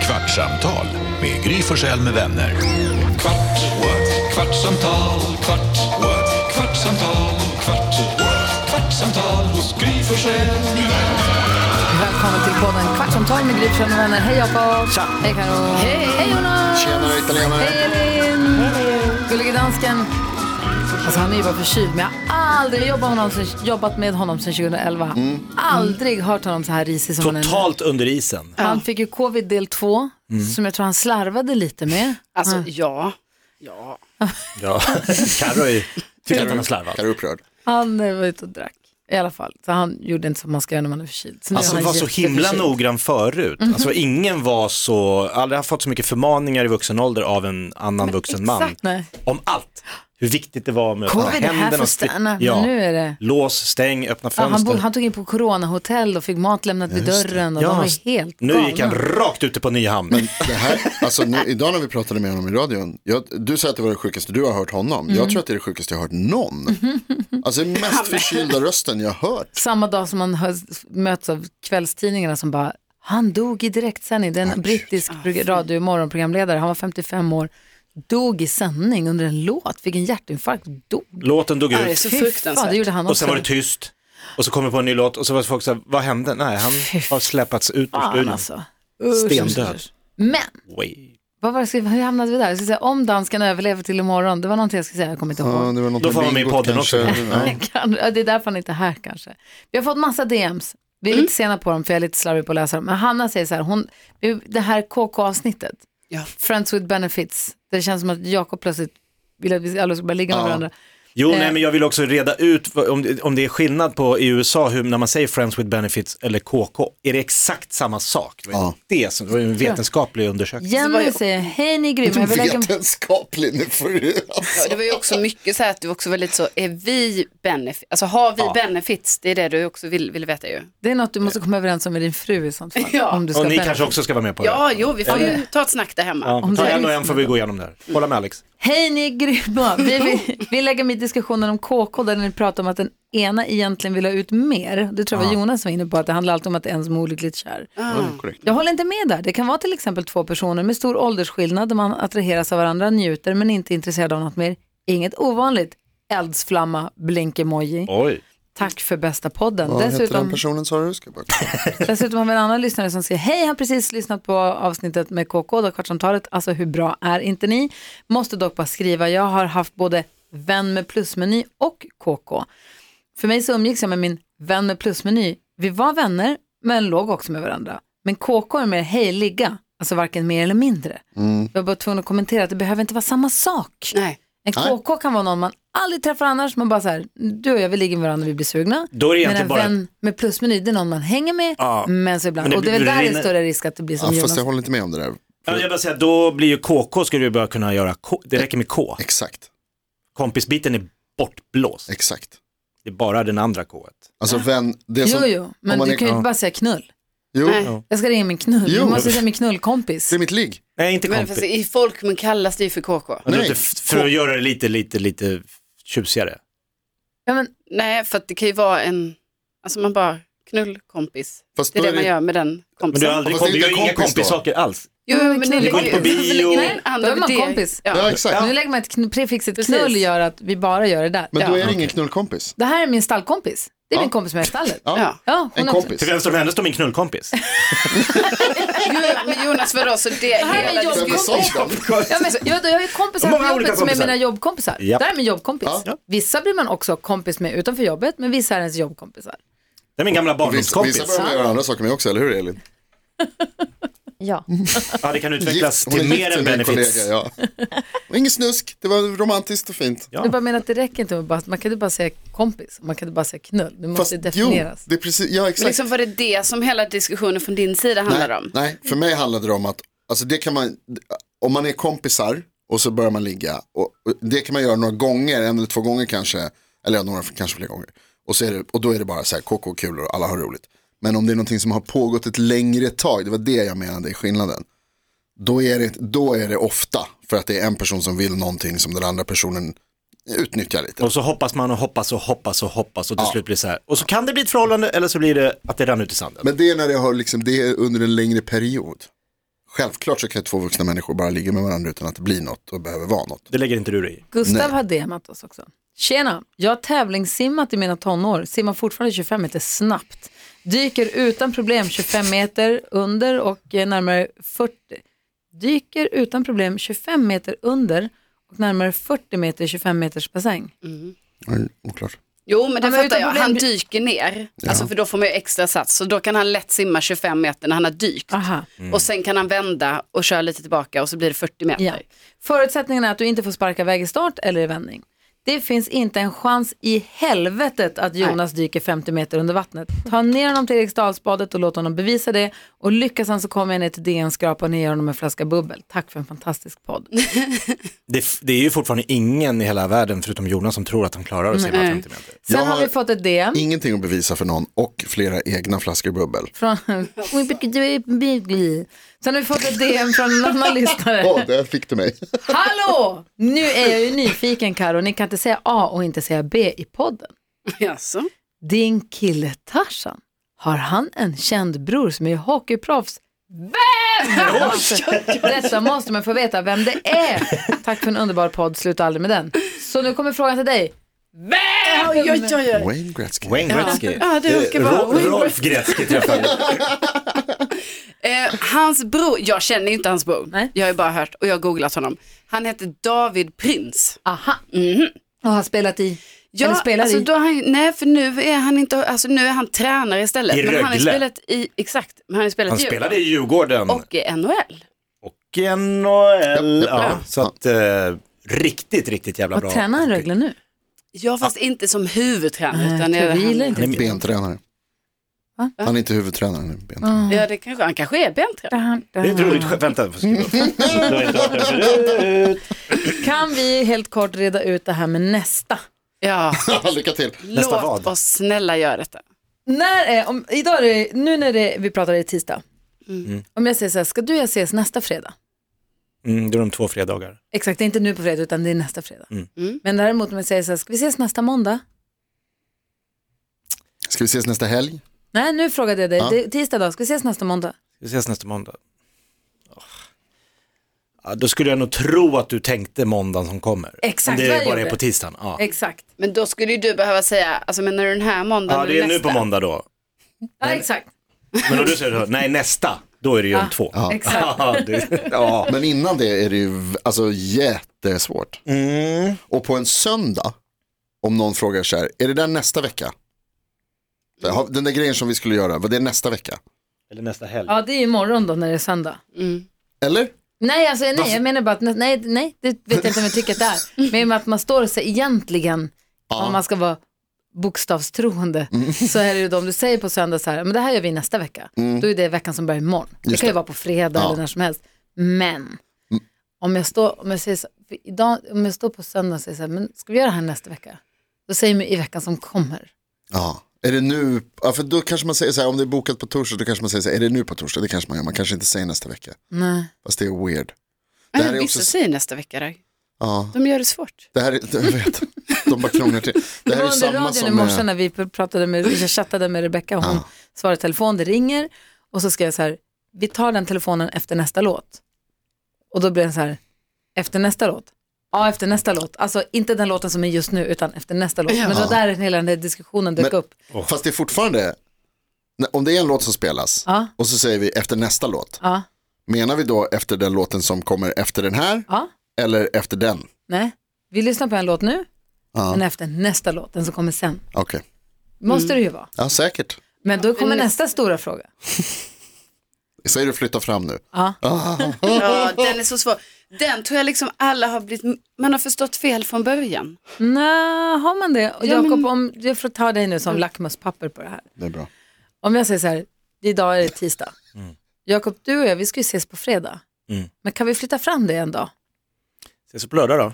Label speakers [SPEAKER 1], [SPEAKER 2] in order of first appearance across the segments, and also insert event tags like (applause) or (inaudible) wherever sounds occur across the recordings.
[SPEAKER 1] Kvartsamtal med Gry Forssell med vänner. Kvart, what? kvartsamtal, kvart, what? kvartsamtal, kvart, what? kvartsamtal hos Gry Forssell med vänner.
[SPEAKER 2] Välkommen till podden Kvartsamtal med Gry Forssell med vänner. Hej Jakob!
[SPEAKER 3] Tja.
[SPEAKER 2] Hej Karo. Hej! Hej Jonas!
[SPEAKER 3] Tjenare, italienare.
[SPEAKER 2] Hej Elin! Gullige dansken. Alltså han är ju bara förkyld, men jag har aldrig jobbat med honom sen, jobbat med honom sen 2011. Aldrig hört honom så här risig som han är nu.
[SPEAKER 4] Mm. Totalt Mm. under isen.
[SPEAKER 2] Han fick ju covid del 2, som jag tror han slarvade lite med.
[SPEAKER 5] Alltså ja, ja.
[SPEAKER 4] (laughs) Ja. Carro är- tycker att han har slarvat.
[SPEAKER 3] Jag är upprörd.
[SPEAKER 2] Han eh, var ute och drack. I alla fall, så han gjorde inte som man ska göra när man är förkyld. Så nu är
[SPEAKER 4] Alltså
[SPEAKER 2] han
[SPEAKER 4] var så himla
[SPEAKER 2] jätteförkyld.
[SPEAKER 4] noggrann förut.
[SPEAKER 2] Mhm.
[SPEAKER 4] Alltså ingen var så, aldrig har fått så mycket förmaningar i vuxen ålder av en annan vuxen man.
[SPEAKER 5] exakt.
[SPEAKER 2] Nej.
[SPEAKER 4] Om allt. Hur viktigt det var med att hålla
[SPEAKER 2] Covid är här
[SPEAKER 4] händerna
[SPEAKER 2] för
[SPEAKER 4] och stri-
[SPEAKER 2] stanna, men
[SPEAKER 4] Ja.
[SPEAKER 2] nu är det...
[SPEAKER 4] Lås, stäng, öppna
[SPEAKER 2] Ja, han, bo,
[SPEAKER 4] fönster.
[SPEAKER 2] han tog in på coronahotell och fick mat lämnat vid dörren och
[SPEAKER 4] Ja,
[SPEAKER 2] de var helt
[SPEAKER 4] nu gick han rakt ute på Nyhamn.
[SPEAKER 2] (laughs)
[SPEAKER 3] Det här, alltså, nu, idag när vi pratade med honom i radion, jag, du säger att det var det sjukaste du har hört honom.
[SPEAKER 4] Mm.
[SPEAKER 3] Jag tror att det är det sjukaste jag har hört någon. Alltså den mest förkylda rösten jag har hört.
[SPEAKER 2] Samma dag som man hör, möts av kvällstidningarna som bara, han dog i direktsändning. Det är en brittisk prog- radio morgonprogramledare, han var 55 år, dog i sändning under en låt, fick en hjärtinfarkt, dog.
[SPEAKER 4] Låten dog
[SPEAKER 5] det är
[SPEAKER 4] ut
[SPEAKER 5] så
[SPEAKER 2] Fy
[SPEAKER 5] fruktansvärt.
[SPEAKER 2] fan, det gjorde han också.
[SPEAKER 4] och sen var det tyst. Och så kommer på en ny låt och så var folk så här, vad hände? Nej, han har släpats ut ur
[SPEAKER 2] Fan,
[SPEAKER 4] studion.
[SPEAKER 2] alltså. Usch, usch,
[SPEAKER 4] Stendöd.
[SPEAKER 2] usch. Men,
[SPEAKER 4] Oj.
[SPEAKER 2] vad var det, jag skulle- hur hamnade vi där? Jag skulle säga, om dansken överlever till imorgon, det var någonting jag skulle säga, jag kommer inte ihåg.
[SPEAKER 3] Ja, det var något
[SPEAKER 4] Då får
[SPEAKER 3] med
[SPEAKER 4] man med i
[SPEAKER 3] bingot
[SPEAKER 4] podden
[SPEAKER 3] kanske.
[SPEAKER 4] också.
[SPEAKER 3] Ja.
[SPEAKER 2] Kan- ja, Det är därför han inte är här kanske. Vi har fått massa DMs. Vi är lite sena på dem för jag är lite slarvig på att läsa dem. Men Hanna säger så här, hon, det här KK-avsnittet,
[SPEAKER 5] Ja.
[SPEAKER 2] Friends with Benefits, det känns som att Jakob plötsligt vill att vi alla ska börja ligga med varandra.
[SPEAKER 4] Jo,
[SPEAKER 2] Eh.
[SPEAKER 4] nej, men jag vill också reda ut vad- om, det- om det är skillnad på i USA hur, när man säger Friends with Benefits eller KK. Är det exakt samma sak? Det var ju
[SPEAKER 3] Ja.
[SPEAKER 4] Det, som, det var ju en vetenskaplig undersökning.
[SPEAKER 2] Jenny säger, hej ni är grymma, jag vill lägga...
[SPEAKER 3] Vetenskaplig, nu får du...
[SPEAKER 5] Ja, det var ju också mycket så här att du också var lite så, är vi benefits, alltså har vi benefits, det är det du också vill, vill veta ju.
[SPEAKER 2] Det är något du måste komma överens om med din fru i sånt fall.
[SPEAKER 5] Ja.
[SPEAKER 2] Om du ska
[SPEAKER 4] Och ni
[SPEAKER 2] benefit.
[SPEAKER 4] kanske också ska vara med på det.
[SPEAKER 5] Ja, jo, vi får ju ta ett snack där hemma.
[SPEAKER 4] Ja,
[SPEAKER 2] Om
[SPEAKER 4] ta
[SPEAKER 2] det-
[SPEAKER 4] en och en får vi gå igenom det här. Hålla med Alex.
[SPEAKER 2] Hej ni är grymma, vi, vi, vi lägger med i diskussionen om KK där ni pratar om att den ena egentligen vill ha ut mer. Det tror jag var Jonas var inne på, att det handlar alltid om att det är en som är olyckligt kär.
[SPEAKER 3] Korrekt.
[SPEAKER 2] Jag håller inte med där. Det kan vara till exempel två personer med stor åldersskillnad där man attraheras av varandra, njuter men inte är intresserad av något mer. Inget ovanligt. Eldsflamma, blink-emoji.
[SPEAKER 4] Oj.
[SPEAKER 2] Tack för bästa podden.
[SPEAKER 3] Vad heter den
[SPEAKER 2] dessutom,
[SPEAKER 3] personen sa du? Ska jag bara...
[SPEAKER 2] dessutom har vi en annan lyssnare som säger hej, har precis lyssnat på avsnittet med KK, då kvartsamtalet. Alltså hur bra är inte ni? Måste dock bara skriva, jag har haft både vän med plusmeny och KK. För mig så umgicks jag med min vän med plusmeny. Vi var vänner, men låg också med varandra. Men KK är mer hej, ligga. Alltså varken mer eller mindre. Jag var bara tvungen att kommentera att det behöver inte vara samma sak.
[SPEAKER 5] Nej.
[SPEAKER 2] En
[SPEAKER 3] Nej.
[SPEAKER 2] KK kan vara någon man aldrig träffar annars. Man bara så här, du och jag vi ligger med varandra, vi blir sugna.
[SPEAKER 4] Då är det
[SPEAKER 2] men
[SPEAKER 4] egentligen
[SPEAKER 2] en
[SPEAKER 4] bara-
[SPEAKER 2] vän med plusmeny, det är någon man hänger med.
[SPEAKER 4] Ja.
[SPEAKER 2] Men så ibland.
[SPEAKER 4] Men det
[SPEAKER 2] och det är väl
[SPEAKER 4] blir-
[SPEAKER 2] där det
[SPEAKER 4] rinner-
[SPEAKER 2] är större risk att det blir som
[SPEAKER 3] Ja,
[SPEAKER 2] Jonas.
[SPEAKER 3] fast jag håller inte med om det där.
[SPEAKER 4] Ja, jag bara säger, då blir ju KK, skulle du bara kunna göra K. Det räcker med K.
[SPEAKER 3] Exakt,
[SPEAKER 4] Kompisbiten är bortblåst.
[SPEAKER 3] exet.
[SPEAKER 4] Det är bara den andra K.
[SPEAKER 3] Alltså vän, det som...
[SPEAKER 2] Jo, jo, men
[SPEAKER 3] om man
[SPEAKER 2] du
[SPEAKER 3] är-
[SPEAKER 2] kan ju inte
[SPEAKER 3] Ja.
[SPEAKER 2] bara säga knull.
[SPEAKER 3] Jo,
[SPEAKER 5] Nej.
[SPEAKER 2] Jag ska ringa min knull.
[SPEAKER 3] Jo.
[SPEAKER 2] Jag måste säga min knullkompis.
[SPEAKER 3] det är mitt ligg.
[SPEAKER 4] Nej, inte
[SPEAKER 5] Men fast
[SPEAKER 4] kompis.
[SPEAKER 5] i folkmun kallas det ju för KK.
[SPEAKER 4] Men
[SPEAKER 3] Nej.
[SPEAKER 4] inte- För att göra det lite, lite, lite tjusigare.
[SPEAKER 2] Ja, men,
[SPEAKER 5] Nej, för att det kan ju vara en, alltså man bara knullkompis.
[SPEAKER 3] Fast
[SPEAKER 5] Det är
[SPEAKER 3] då
[SPEAKER 5] det
[SPEAKER 3] är
[SPEAKER 5] man
[SPEAKER 3] det-
[SPEAKER 5] gör med den
[SPEAKER 4] Men
[SPEAKER 5] kompisen.
[SPEAKER 4] du har aldrig
[SPEAKER 3] Fast det är
[SPEAKER 4] kompis, du har inga
[SPEAKER 3] inte kompis då.
[SPEAKER 4] kompissaker alls.
[SPEAKER 5] Jo, men (laughs) det
[SPEAKER 2] Vi
[SPEAKER 5] ligger
[SPEAKER 2] går
[SPEAKER 5] ju-
[SPEAKER 4] på bio.
[SPEAKER 5] Nej,
[SPEAKER 2] Då är man
[SPEAKER 5] det-
[SPEAKER 2] kompis.
[SPEAKER 3] Ja,
[SPEAKER 5] Ja.
[SPEAKER 3] exakt.
[SPEAKER 2] Nu lägger man ett kn- prefixet
[SPEAKER 5] Precis.
[SPEAKER 2] knull gör att vi bara gör det där.
[SPEAKER 3] Men då
[SPEAKER 5] Ja.
[SPEAKER 3] är det ingen knullkompis.
[SPEAKER 2] Det här är min stallkompis. Det är
[SPEAKER 3] Ja.
[SPEAKER 2] min kompis med i
[SPEAKER 3] (laughs)
[SPEAKER 2] stallet.
[SPEAKER 3] Ja,
[SPEAKER 5] Ja.
[SPEAKER 2] Ja, hon
[SPEAKER 3] en
[SPEAKER 2] också.
[SPEAKER 3] kompis.
[SPEAKER 4] Till vänster om henne står min knullkompis.
[SPEAKER 3] (laughs)
[SPEAKER 5] Jo, men Jonas, vadå, så det
[SPEAKER 2] här är
[SPEAKER 5] hela
[SPEAKER 2] jobbigt.
[SPEAKER 3] Vem
[SPEAKER 5] diskussionen-
[SPEAKER 3] sa den?
[SPEAKER 2] Ja, men, jag, jag har ju kompisar
[SPEAKER 4] Många
[SPEAKER 2] på
[SPEAKER 4] olika
[SPEAKER 2] jobbet som är
[SPEAKER 4] kompisar.
[SPEAKER 2] mina jobbkompisar.
[SPEAKER 4] Japp.
[SPEAKER 2] Där är min jobbkompis.
[SPEAKER 3] Ja.
[SPEAKER 2] Vissa blir man också kompis med utanför jobbet, men vissa är ens jobbkompisar.
[SPEAKER 4] Det är min gamla
[SPEAKER 3] Vissa,
[SPEAKER 4] barndomskompis.
[SPEAKER 3] vissa börjar med att göra andra saker med också, eller hur Elin?
[SPEAKER 6] Ja,
[SPEAKER 4] Ja, det kan utvecklas
[SPEAKER 3] Gift- hon är
[SPEAKER 4] till
[SPEAKER 3] gift
[SPEAKER 4] mer
[SPEAKER 3] med
[SPEAKER 4] än
[SPEAKER 3] en
[SPEAKER 4] benefits.
[SPEAKER 3] kollega,
[SPEAKER 4] (laughs)
[SPEAKER 3] ja. Och Ingen snusk, det var romantiskt och fint.
[SPEAKER 4] Ja.
[SPEAKER 2] Jag bara menar att det räcker inte med bara, man kan inte bara säga kompis, man kan inte bara säga knull. Det måste definieras.
[SPEAKER 3] Jo, det är precis, ja
[SPEAKER 5] Men
[SPEAKER 3] exakt.
[SPEAKER 5] Liksom var det det som hela diskussionen från din sida handlar
[SPEAKER 3] nej,
[SPEAKER 5] om?
[SPEAKER 3] nej, för mig handlade det om att, alltså det kan man, om man är kompisar och så börjar man ligga, och, och det kan man göra några gånger, en eller två gånger kanske, eller ja, några, kanske fler gånger. Och, så är det, och då är det bara så här KK kul och alla har roligt. Men om det är någonting som har pågått ett längre tag, det var det jag menade i skillnaden. Då är, det, då är det ofta för att det är en person som vill någonting som den andra personen utnyttjar lite.
[SPEAKER 4] Och så hoppas man och hoppas och hoppas och hoppas och till slut blir det så här. Och så kan det bli ett förhållande eller så blir det att det rann ut i sanden.
[SPEAKER 3] Men det är när det har liksom, det är under en längre period. Självklart så kan ju två vuxna människor bara ligga med varandra utan att det blir något och behöver vara något.
[SPEAKER 4] Det lägger inte du dig i.
[SPEAKER 2] Gustav
[SPEAKER 3] Nej.
[SPEAKER 2] har DMat oss också. Tjena, jag har tävlingssimmat i mina tonår, simmar fortfarande 25 meter snabbt. Dyker utan problem 25 meter under och eh, närmare 40. Dyker utan problem 25 meter under och närmare 40 meter i 25 meters bassäng.
[SPEAKER 3] Mm, oklart.
[SPEAKER 5] Jo, men det
[SPEAKER 2] Ja, men
[SPEAKER 5] fattar
[SPEAKER 2] utan
[SPEAKER 5] jag.
[SPEAKER 2] problem-
[SPEAKER 5] Han dyker ner, alltså, för då får man ju extra sats. Så då kan han lätt simma 25 meter när han har dykt.
[SPEAKER 2] Aha.
[SPEAKER 4] Mm.
[SPEAKER 5] Och sen kan han vända och köra lite tillbaka och så blir det 40 meter.
[SPEAKER 2] Ja. Förutsättningen är att du inte får sparka iväg i start eller i vändning. Det finns inte en chans i helvetet att Jonas dyker 50 meter under vattnet. Ta ner honom till Eriksdalsbadet och låt honom bevisa det. Och lyckas han så kommer jag ner till DN skrapa och ner honom en flaska bubbel. Tack för en fantastisk (laughs) podd.
[SPEAKER 4] Det, f- det är ju fortfarande ingen i hela världen förutom Jonas som tror att han klarar att simma 50 meter.
[SPEAKER 2] Sen
[SPEAKER 3] Jag
[SPEAKER 2] har
[SPEAKER 3] har-
[SPEAKER 2] vi fått ett DM.
[SPEAKER 3] Ingenting att bevisa för någon och flera egna flaskor bubbel.
[SPEAKER 2] Från... (laughs) Sen har vi fått ett DM från en (laughs) annan lyssnare.
[SPEAKER 3] Åh, där fick du mig.
[SPEAKER 2] Hallå! Nu är jag ju nyfiken Karo. Ni kan inte säga A och inte säga B i podden.
[SPEAKER 5] (laughs) Jaså?
[SPEAKER 2] Din kille Tarzan, har han en känd bror som är hockeyproffs?
[SPEAKER 5] (laughs)
[SPEAKER 2] Vem? Detta måste man få veta vem det är. Tack för en underbar podd, sluta aldrig med den. Så nu kommer frågan till dig.
[SPEAKER 5] Oj, oj, oj, oj.
[SPEAKER 3] Wayne Gretzky.
[SPEAKER 4] Wayne Gretzky.
[SPEAKER 5] Ja, det råkar vara
[SPEAKER 4] Ro-
[SPEAKER 5] Wayne
[SPEAKER 4] Rolf Gretzky träffade jag.
[SPEAKER 5] Eh, hans bror, jag känner ju inte hans bror.
[SPEAKER 2] Nej.
[SPEAKER 5] Jag har ju bara hört och jag har googlat honom. Han heter David Prins.
[SPEAKER 2] Aha. Och har spelat i? Eller spelar
[SPEAKER 5] Mhm. alltså,
[SPEAKER 2] i?
[SPEAKER 5] då har han, nej för nu är han inte, alltså nu är han tränare istället.
[SPEAKER 4] I
[SPEAKER 5] men han har
[SPEAKER 4] Rögle.
[SPEAKER 5] spelat i, exakt, men han har spelat
[SPEAKER 4] Han
[SPEAKER 5] i
[SPEAKER 4] spelade i Djurgården
[SPEAKER 5] och i NHL.
[SPEAKER 4] och i NHL.
[SPEAKER 3] Ja, ja,
[SPEAKER 4] Ja,
[SPEAKER 3] ja.
[SPEAKER 4] så att eh, riktigt, riktigt jävla bra.
[SPEAKER 2] Vad tränar han Rögle nu?
[SPEAKER 5] Ja fast inte som huvudtränare
[SPEAKER 2] Nej,
[SPEAKER 5] utan det är
[SPEAKER 2] jag gillar
[SPEAKER 5] han,
[SPEAKER 2] inte det.
[SPEAKER 3] Bentränare.
[SPEAKER 2] Va?
[SPEAKER 3] Han är inte huvudtränare nu. Bentränare.
[SPEAKER 5] ja, det kanske, han kanske är bentränare.
[SPEAKER 4] Det är ett roligt skämt. Vänta, jag får skriva upp. Du har inte hört det förut.
[SPEAKER 2] Kan vi helt kort reda ut det här med nästa?
[SPEAKER 5] Ja,
[SPEAKER 3] (laughs) Lycka till.
[SPEAKER 4] Nästa
[SPEAKER 5] låt
[SPEAKER 4] vad?
[SPEAKER 5] oss snälla göra detta.
[SPEAKER 2] När är, om, idag är det, nu när det, vi pratar i tisdag.
[SPEAKER 5] Mm.
[SPEAKER 2] Om jag säger så här, ska du och jag ses nästa fredag?
[SPEAKER 4] Mm, det är de två fredagar.
[SPEAKER 2] Exakt, det är inte nu på fredag utan det är nästa fredag.
[SPEAKER 4] Mm.
[SPEAKER 5] Mm.
[SPEAKER 2] Men däremot om jag säger så här, ska vi ses nästa måndag?
[SPEAKER 3] Ska vi ses nästa helg?
[SPEAKER 2] Nej, nu frågade jag dig.
[SPEAKER 3] Ja.
[SPEAKER 2] Det är tisdag dag, ska vi ses nästa måndag?
[SPEAKER 4] Vi ses nästa måndag. Åh. Ah. Ja, då skulle jag nog tro att du tänkte måndagen som kommer.
[SPEAKER 2] Exakt
[SPEAKER 4] Om
[SPEAKER 2] vad
[SPEAKER 4] det
[SPEAKER 2] jag
[SPEAKER 4] bara är
[SPEAKER 2] gjorde.
[SPEAKER 4] på tisdagen. Ja.
[SPEAKER 2] Exakt.
[SPEAKER 5] Men då skulle ju du behöva säga, alltså menar du den här måndagen
[SPEAKER 4] ja, det är
[SPEAKER 5] eller
[SPEAKER 4] nu
[SPEAKER 5] nästa?
[SPEAKER 4] på måndag då.
[SPEAKER 2] Ja, exakt.
[SPEAKER 4] Men om du säger så, nej nästa, då är det ju om två.
[SPEAKER 3] Ja.
[SPEAKER 2] Exakt.
[SPEAKER 4] (laughs) Ja, det, ja.
[SPEAKER 3] Men innan det är det ju v- alltså, jättesvårt.
[SPEAKER 4] Mm.
[SPEAKER 3] Och på en söndag, om någon frågar så här, är det där nästa vecka? Så här, "Ha, Den där grejen som vi skulle göra, vad det är nästa vecka?
[SPEAKER 4] Eller nästa helg.
[SPEAKER 2] Ja, det är imorgon då när det är söndag.
[SPEAKER 5] Mm.
[SPEAKER 3] Eller?
[SPEAKER 2] Nej, alltså, nej, jag menar bara att nä- nej, nej, det vet jag inte om jag tycker att det
[SPEAKER 3] (laughs)
[SPEAKER 2] är. Men i och med att man står sig egentligen, om man ska vara bokstavstroende,
[SPEAKER 3] Mm.
[SPEAKER 2] så är det ju då om du säger på söndag så här, men det här gör vi nästa vecka, då är det veckan som börjar imorgon. det
[SPEAKER 3] Mm. Just
[SPEAKER 2] kan ju
[SPEAKER 3] det.
[SPEAKER 2] vara på fredag
[SPEAKER 3] Ja. Mm.
[SPEAKER 2] eller när som helst. Men om jag står, om jag säger så, för idag, om jag står på söndag och säger så här, men ska vi göra det här nästa vecka? Då säger man i veckan som kommer.
[SPEAKER 3] Ja. Är det nu, ja, för då kanske man säger så här, om det är bokat på torsdag, då kanske man säger så här, är det nu på torsdag? Det kanske man gör, man kanske inte säger nästa vecka.
[SPEAKER 2] Nej.
[SPEAKER 3] Fast det är weird. Det
[SPEAKER 5] Det
[SPEAKER 3] här är
[SPEAKER 5] Vissa
[SPEAKER 3] också-
[SPEAKER 5] säger nästa vecka, där.
[SPEAKER 3] Ja,
[SPEAKER 5] de gör det
[SPEAKER 3] (laughs)
[SPEAKER 5] svårt.
[SPEAKER 3] det här är, jag vet, de bara krånglar till. Det
[SPEAKER 2] Det
[SPEAKER 3] här
[SPEAKER 2] var
[SPEAKER 3] är ju
[SPEAKER 2] under
[SPEAKER 3] samma
[SPEAKER 2] radion i
[SPEAKER 3] som, eh,
[SPEAKER 2] morse när vi pratade med, jag chattade med Rebecca och hon
[SPEAKER 3] Ja.
[SPEAKER 2] svarade i telefon, det ringer och så skrev jag så här, vi tar den telefonen efter nästa låt. Och då blev den så här, efter nästa låt? Ja, efter nästa låt. Alltså inte den låten som är just nu utan efter nästa låt. Men det var där hela den här diskussionen dök
[SPEAKER 3] Men-
[SPEAKER 2] upp.
[SPEAKER 3] fast det är fortfarande, när- om det är en låt som spelas
[SPEAKER 2] Ja.
[SPEAKER 3] och så säger vi efter nästa låt,
[SPEAKER 2] Ja,
[SPEAKER 3] menar vi då efter den låten som kommer efter den här
[SPEAKER 2] ja,
[SPEAKER 3] eller efter den?
[SPEAKER 2] nej. Vi lyssnar på en låt nu,
[SPEAKER 3] Ja,
[SPEAKER 2] men efter nästa låt, den som kommer sen.
[SPEAKER 3] okej.
[SPEAKER 2] Måste det ju vara.
[SPEAKER 3] Ja, säkert.
[SPEAKER 2] Men då kommer nästa stora fråga.
[SPEAKER 3] Säger du flytta fram nu? Ah,
[SPEAKER 2] Ja.
[SPEAKER 5] Ja, den är så svår. Den tror jag liksom alla har blivit, man har förstått fel från början.
[SPEAKER 2] Nej, har man det? Och
[SPEAKER 5] Ja, men-
[SPEAKER 2] Jakob, om jag får ta dig nu som lackmuspapper på det här.
[SPEAKER 3] (laughs) Det är bra.
[SPEAKER 2] Om jag säger så här, idag är det tisdag.
[SPEAKER 3] Mm.
[SPEAKER 2] Jakob, du och jag, vi ska ju ses på fredag.
[SPEAKER 4] Mm.
[SPEAKER 2] Men kan vi flytta fram det en dag?
[SPEAKER 4] Ses vi på lördag då?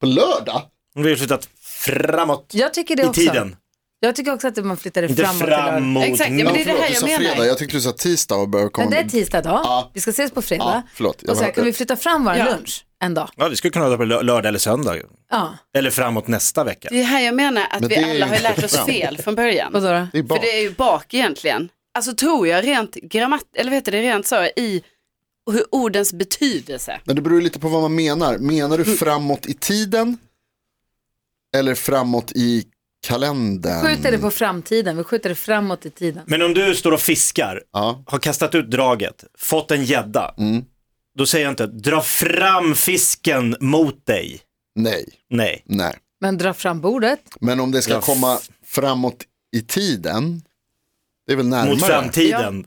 [SPEAKER 3] På lördag?
[SPEAKER 4] Om vi har flyttat framåt
[SPEAKER 2] Jag tycker det
[SPEAKER 4] i
[SPEAKER 2] också.
[SPEAKER 4] tiden.
[SPEAKER 2] Jag tycker också att man flyttar det
[SPEAKER 4] Inte
[SPEAKER 2] framåt. till lördag.
[SPEAKER 4] framåt.
[SPEAKER 5] Exakt, ja, men det är det här
[SPEAKER 3] du
[SPEAKER 5] jag
[SPEAKER 3] sa
[SPEAKER 5] menar.
[SPEAKER 3] fredag, jag tyckte du sa tisdag och började komma
[SPEAKER 2] Men det är
[SPEAKER 3] med-
[SPEAKER 2] tisdag idag.
[SPEAKER 3] Ja.
[SPEAKER 2] Vi ska ses på
[SPEAKER 3] Ja,
[SPEAKER 2] fredag.
[SPEAKER 3] förlåt. Jag
[SPEAKER 2] och så här,
[SPEAKER 3] var-
[SPEAKER 2] kan vi flytta fram vår
[SPEAKER 5] Ja.
[SPEAKER 2] lunch en dag?
[SPEAKER 4] Ja, vi skulle kunna ta på lö- lördag eller söndag.
[SPEAKER 2] Ja.
[SPEAKER 4] Eller framåt nästa vecka.
[SPEAKER 5] Det är här jag menar att
[SPEAKER 3] Men
[SPEAKER 5] vi
[SPEAKER 3] det är
[SPEAKER 5] alla
[SPEAKER 3] ju
[SPEAKER 5] har ju lärt
[SPEAKER 3] inte
[SPEAKER 5] oss
[SPEAKER 3] fram.
[SPEAKER 5] fel från början.
[SPEAKER 2] Vadå då?
[SPEAKER 3] det är bak.
[SPEAKER 5] Alltså, För det är ju bak egentligen. Alltså tror jag rent grammat, eller vad heter det, rent så i och hur ordens betydelse.
[SPEAKER 3] Men det beror lite på vad man menar. Menar
[SPEAKER 5] Mm.
[SPEAKER 3] du framåt i tiden? Eller framåt i kalendern?
[SPEAKER 2] Skjuter det på framtiden, vi skjuter det framåt i tiden.
[SPEAKER 4] Men om du står och fiskar,
[SPEAKER 3] Ja,
[SPEAKER 4] har kastat ut draget, fått en gädda, då säger jag inte dra fram fisken mot dig.
[SPEAKER 3] nej,
[SPEAKER 4] Nej.
[SPEAKER 3] nej.
[SPEAKER 2] Men dra fram bordet.
[SPEAKER 3] Men om det ska
[SPEAKER 4] Ja, f-
[SPEAKER 3] komma framåt i tiden, det är väl närmare.
[SPEAKER 4] Mot framtiden.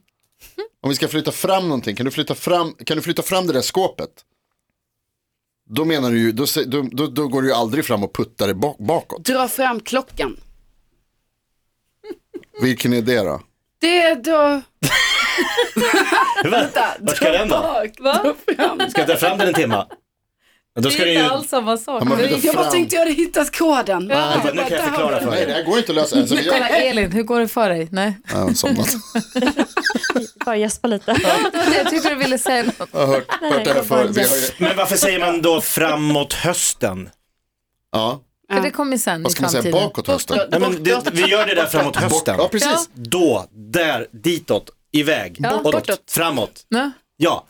[SPEAKER 3] Om vi ska flytta fram någonting, kan du flytta fram, kan du flytta fram det där skåpet? Då menar du ju, då, se- då, då, då går du ju aldrig fram och puttar det bak, bakåt.
[SPEAKER 5] Dra fram klockan.
[SPEAKER 3] Vilken är det då?
[SPEAKER 5] Det då...
[SPEAKER 4] Vart vart ska den då?
[SPEAKER 2] Va?
[SPEAKER 4] Ska jag dra fram den en timma? Ja, Då
[SPEAKER 2] Det
[SPEAKER 4] ska
[SPEAKER 2] är
[SPEAKER 4] den
[SPEAKER 2] inte
[SPEAKER 4] ju...
[SPEAKER 2] alls samma sak.
[SPEAKER 3] Ja, men
[SPEAKER 2] Men-
[SPEAKER 3] vi-
[SPEAKER 5] Jag bara
[SPEAKER 3] Fram.
[SPEAKER 5] tänkte jag hade hittat koden.
[SPEAKER 4] Ja, Nu kan jag förklara för
[SPEAKER 3] Nej, det
[SPEAKER 4] dig.
[SPEAKER 3] här går inte att lösa. Alltså, vi
[SPEAKER 2] Kolla
[SPEAKER 3] har...
[SPEAKER 2] Elin, hur går det för dig?
[SPEAKER 3] (laughs)
[SPEAKER 2] Nej.
[SPEAKER 3] Jag har somnat.
[SPEAKER 6] Bara gäspa lite.
[SPEAKER 2] Jag tyckte du ville säga något.
[SPEAKER 3] Jag har hört, hört det här förut. Vi har ju-
[SPEAKER 4] Men varför säger man då framåt hösten?
[SPEAKER 3] Ja,
[SPEAKER 2] För det kommer sen
[SPEAKER 3] vad
[SPEAKER 2] i
[SPEAKER 3] ska man säga
[SPEAKER 2] framtiden.
[SPEAKER 3] bakåt hösten?
[SPEAKER 4] Nej, men det, vi gör det där framåt
[SPEAKER 3] Bort,
[SPEAKER 4] hösten.
[SPEAKER 3] ja, precis.
[SPEAKER 4] Då, där, ditåt, iväg,
[SPEAKER 2] Ja.
[SPEAKER 4] bortåt, framåt.
[SPEAKER 2] Nej?
[SPEAKER 4] Ja.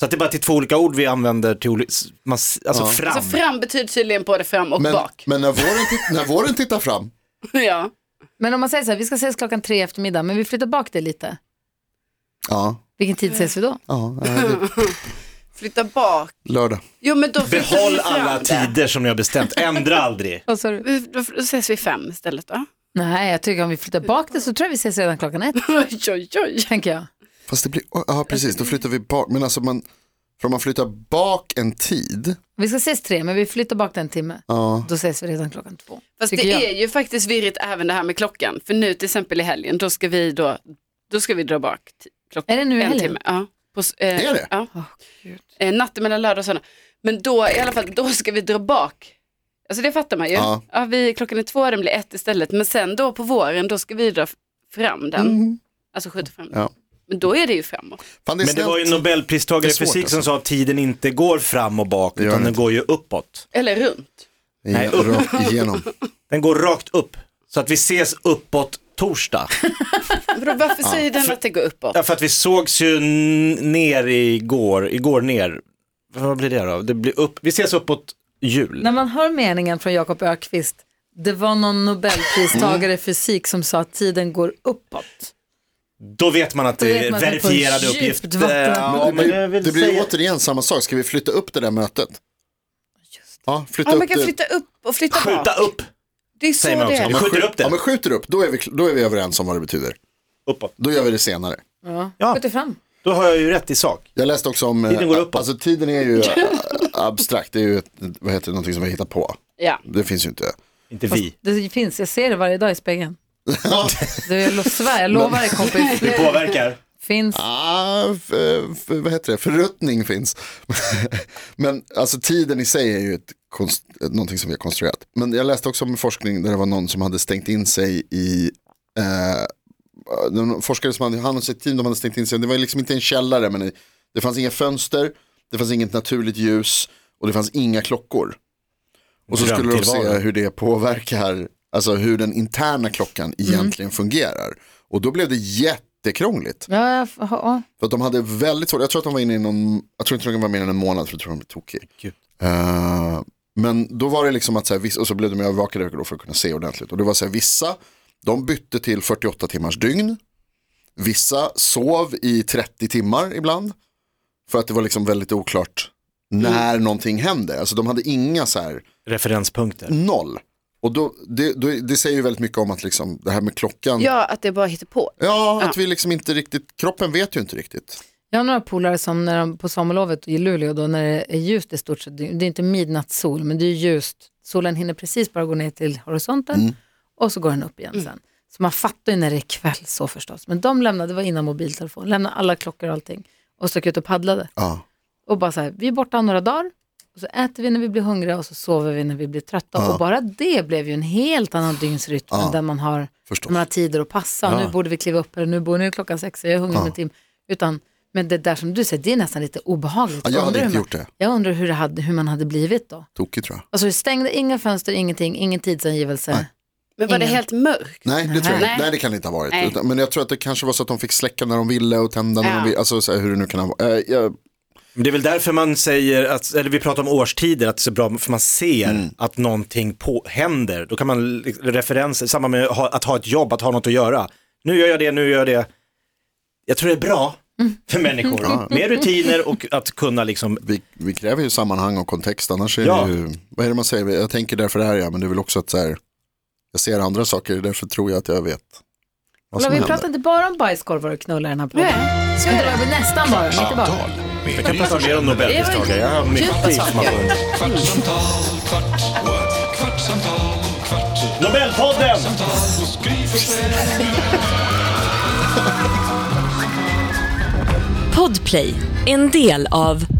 [SPEAKER 4] Så att det är bara till två olika ord vi använder till olika, man, s- alltså fram.
[SPEAKER 5] Alltså fram betyder tydligen både fram och
[SPEAKER 3] Men,
[SPEAKER 5] bak. (laughs)
[SPEAKER 3] men när, våren titt, när våren tittar fram,
[SPEAKER 5] Ja.
[SPEAKER 2] Men om man säger så här, vi ska ses klockan tre i eftermiddag, men vi flyttar bak det lite.
[SPEAKER 3] ja,
[SPEAKER 2] Vilken tid ses vi då?
[SPEAKER 3] ja nej, det är
[SPEAKER 5] Flytta bak.
[SPEAKER 3] lördag.
[SPEAKER 5] Jo men då flyttar vi
[SPEAKER 4] Behåll
[SPEAKER 5] fram
[SPEAKER 4] alla
[SPEAKER 5] det.
[SPEAKER 4] tider som ni har bestämt, ändra aldrig.
[SPEAKER 2] Vad sa du?
[SPEAKER 5] Vi- Då f- då ses vi fem istället då. (laughs)
[SPEAKER 2] Nej, jag tycker om vi flyttar bak det så tror jag vi ses redan klockan (laughs) ett,
[SPEAKER 5] Oj, oj, oj.
[SPEAKER 2] tänker jag.
[SPEAKER 3] Fast det blir, ja precis, då flyttar vi bak. Men alltså man, för om man flyttar bak en tid,
[SPEAKER 2] Vi ska ses tre, men vi flyttar bak den en timme.
[SPEAKER 3] ja,
[SPEAKER 2] Då ses vi redan klockan två.
[SPEAKER 5] Fast
[SPEAKER 2] tycker
[SPEAKER 5] det
[SPEAKER 2] jag.
[SPEAKER 5] är ju faktiskt virrigt även det här med klockan. För nu till exempel i helgen, då ska vi, då, då ska vi dra bak t- klockan.
[SPEAKER 2] Är det nu i
[SPEAKER 5] en
[SPEAKER 2] helgen?
[SPEAKER 5] timme. Ja. På, s- eh,
[SPEAKER 3] Är det?
[SPEAKER 5] Ja. eh, natten mellan lördag och söndag. Men då i alla fall, då ska vi dra bak. Alltså det fattar man ju.
[SPEAKER 3] Ja.
[SPEAKER 5] Ja. vi, klockan är två, den blir ett istället. Men sen då på våren, då ska vi dra f- fram den. Alltså skjuta fram den.
[SPEAKER 3] Mm. Ja.
[SPEAKER 5] Men då är det ju framåt.
[SPEAKER 3] fan (laughs) det är
[SPEAKER 4] Men det var ju en
[SPEAKER 3] snällt.
[SPEAKER 4] nobelpristagare i
[SPEAKER 3] Det är svårt,
[SPEAKER 4] fysik som
[SPEAKER 3] alltså.
[SPEAKER 4] sa att tiden inte går fram och bak,
[SPEAKER 3] gör
[SPEAKER 4] utan
[SPEAKER 3] den
[SPEAKER 4] den
[SPEAKER 3] inte.
[SPEAKER 4] går ju uppåt.
[SPEAKER 5] Eller runt.
[SPEAKER 4] Nej,
[SPEAKER 3] Ingen- Rakt igenom.
[SPEAKER 4] Den går rakt upp. Så att vi ses uppåt
[SPEAKER 2] (laughs)
[SPEAKER 4] torsdag.
[SPEAKER 5] Vadå, Varför säger den att det går uppåt?
[SPEAKER 4] Därför att vi sågs ju n- ner igår, igår ner. Vad blir det då? Det blir upp, vi ses uppåt jul.
[SPEAKER 2] När man hör meningen från Jakob Ökvist, det var någon nobelpristagare i fysik som sa att tiden går uppåt.
[SPEAKER 4] Då vet man att
[SPEAKER 2] Då
[SPEAKER 4] det
[SPEAKER 2] vet
[SPEAKER 4] är
[SPEAKER 2] man att det är på
[SPEAKER 4] verifierade
[SPEAKER 2] djupt
[SPEAKER 4] uppgifter.
[SPEAKER 2] vatten.
[SPEAKER 4] (laughs) Ja,
[SPEAKER 3] Men det,
[SPEAKER 4] jag
[SPEAKER 3] blir,
[SPEAKER 4] vill
[SPEAKER 3] det blir ju
[SPEAKER 4] säga-
[SPEAKER 3] återigen samma sak, ska vi flytta upp det där mötet? Ja, flytta
[SPEAKER 5] Ja,
[SPEAKER 3] upp
[SPEAKER 5] man kan
[SPEAKER 3] det.
[SPEAKER 5] flytta upp och flytta bak.
[SPEAKER 4] Skjuta upp,
[SPEAKER 5] Det är
[SPEAKER 4] säger
[SPEAKER 5] så
[SPEAKER 4] man
[SPEAKER 5] det
[SPEAKER 4] också.
[SPEAKER 5] är.
[SPEAKER 4] Vi skjuter upp
[SPEAKER 3] Ja,
[SPEAKER 4] det.
[SPEAKER 3] men skjuter upp, då är, vi, då är vi överens om vad det betyder.
[SPEAKER 4] Uppåt.
[SPEAKER 3] Då gör vi det senare.
[SPEAKER 2] Ja.
[SPEAKER 4] Ja.
[SPEAKER 2] Skjuter fram.
[SPEAKER 4] Då har jag ju rätt i sak.
[SPEAKER 3] Jag läste också om, eh,
[SPEAKER 4] Tiden går uppåt.
[SPEAKER 3] alltså tiden
[SPEAKER 5] (laughs)
[SPEAKER 3] är ju eh, abstrakt, det är ju ett, vad heter det, någonting som vi hittar på.
[SPEAKER 5] Ja.
[SPEAKER 3] Det finns ju inte.
[SPEAKER 4] Inte vi.
[SPEAKER 2] Det finns, jag ser det varje dag i spegeln. Du, jag lo- svär, jag lovar dig kompis.
[SPEAKER 4] Vi påverkar.
[SPEAKER 2] Finns.
[SPEAKER 3] Ah, f- f- vad heter det? Förruttning finns. (laughs) Men alltså tiden i sig är ju ett konst, någonting som vi har konstruerat. Men jag läste också om forskning där det var någon som hade stängt in sig i eh, någon forskare som hade hand om sitt team, de hade stängt in sig. Det var liksom inte en källare, men det fanns inga fönster, det fanns inget naturligt ljus och det fanns inga klockor. Och så skulle de se
[SPEAKER 4] Drömtillvaro.
[SPEAKER 3] hur det påverkar, alltså hur den interna klockan egentligen fungerar. Och då blev det jättekrångligt.
[SPEAKER 2] Ja, jag, f- ja.
[SPEAKER 3] För att de hade väldigt svårt, jag tror att de var inne i någon, jag tror inte de var mer än en månad för jag tror de blev tokig.
[SPEAKER 4] Gud.
[SPEAKER 3] Eh, men då var det liksom att så här, vissa, och så blev de övervakade då för att kunna se ordentligt. Och det var så här, vissa, de bytte till 48 timmars dygn. Vissa sov i 30 timmar ibland. För att det var liksom väldigt oklart när någonting hände. Alltså de hade inga så här,
[SPEAKER 4] Referenspunkter.
[SPEAKER 3] noll. Och då, det, då, det säger ju väldigt mycket om att liksom, det här med klockan, ja,
[SPEAKER 5] ja, att det bara hittar på.
[SPEAKER 3] att vi liksom inte riktigt, kroppen vet ju inte riktigt.
[SPEAKER 2] jag har några polare som när de, på sommarlovet i Luleå, då, när det är ljust i stort sett, det det är inte midnattssol, men det är ljust. Solen hinner precis bara gå ner till horisonten och så går den upp igen sen. Så man fattar ju när det är kväll så förstås. Men de lämnade, det var innan mobiltelefon, lämnade alla klockor och allting och stack ut och paddlade.
[SPEAKER 3] Ja.
[SPEAKER 2] och bara så här, vi är borta några dagar, och så äter vi när vi blir hungriga och så sover vi när vi blir trötta. Och bara det blev ju en helt annan dygnsrytm än där man har,
[SPEAKER 3] Förstås.
[SPEAKER 2] där man har tider att passa. Nu borde vi kliva upp eller nu borde nu är klockan sex och jag är hungrig om en timme. Utan, men det där som du säger, det är nästan lite obehagligt.
[SPEAKER 3] Ja, jag hade
[SPEAKER 2] Undrar hur
[SPEAKER 3] inte
[SPEAKER 2] man,
[SPEAKER 3] gjort det.
[SPEAKER 2] Jag undrar hur, det hade, hur man hade blivit då.
[SPEAKER 3] Tokigt tror jag.
[SPEAKER 2] Alltså stängde inga fönster, ingenting, ingen tidsangivelse.
[SPEAKER 5] Men var det
[SPEAKER 2] Ingen.
[SPEAKER 5] helt mörkt?
[SPEAKER 3] Nej, det tror jag inte.
[SPEAKER 5] Nej.
[SPEAKER 3] Nej, det kan det inte ha varit.
[SPEAKER 5] Nej.
[SPEAKER 3] Utan, men jag tror att det kanske var så att de fick släcka när de ville och tända när
[SPEAKER 5] Ja.
[SPEAKER 3] de ville. Alltså så här, hur det nu kan ha varit. Eh, jag
[SPEAKER 4] Men det är väl därför man säger, att, eller vi pratar om årstider, att det är så bra, för man ser att någonting på, händer. Då kan man li- referenser, samma med ha, att ha ett jobb, att ha något att göra. Nu gör jag det, nu gör jag det. Jag tror det är bra för människor, med rutiner och att kunna liksom,
[SPEAKER 3] Vi, vi kräver ju sammanhang och kontext, annars är
[SPEAKER 4] Ja.
[SPEAKER 3] det ju, vad är det man säger, jag tänker därför är jag, men det är väl också att så här, jag ser andra saker, därför tror jag att jag vet vad
[SPEAKER 2] Kolla,
[SPEAKER 3] som
[SPEAKER 2] vi
[SPEAKER 3] händer.
[SPEAKER 2] pratar inte bara om bajskorvar och knullar i den här podden.
[SPEAKER 5] Nej, så är
[SPEAKER 2] Det
[SPEAKER 5] det.
[SPEAKER 2] var nästan bara, men inte bara.
[SPEAKER 1] Kvartsamtal med
[SPEAKER 4] jag kan
[SPEAKER 1] Gry
[SPEAKER 4] prata mer om
[SPEAKER 1] Forssell med vänner.
[SPEAKER 4] nobelpristagare, jag har mycket information.
[SPEAKER 1] Kvartsamtal, kvart, what? kvartsamtal, kvart, what?
[SPEAKER 4] Nobelpodden!
[SPEAKER 1] kvartsamtal hos Gry Forssell med vänner.
[SPEAKER 7] Podplay, en del av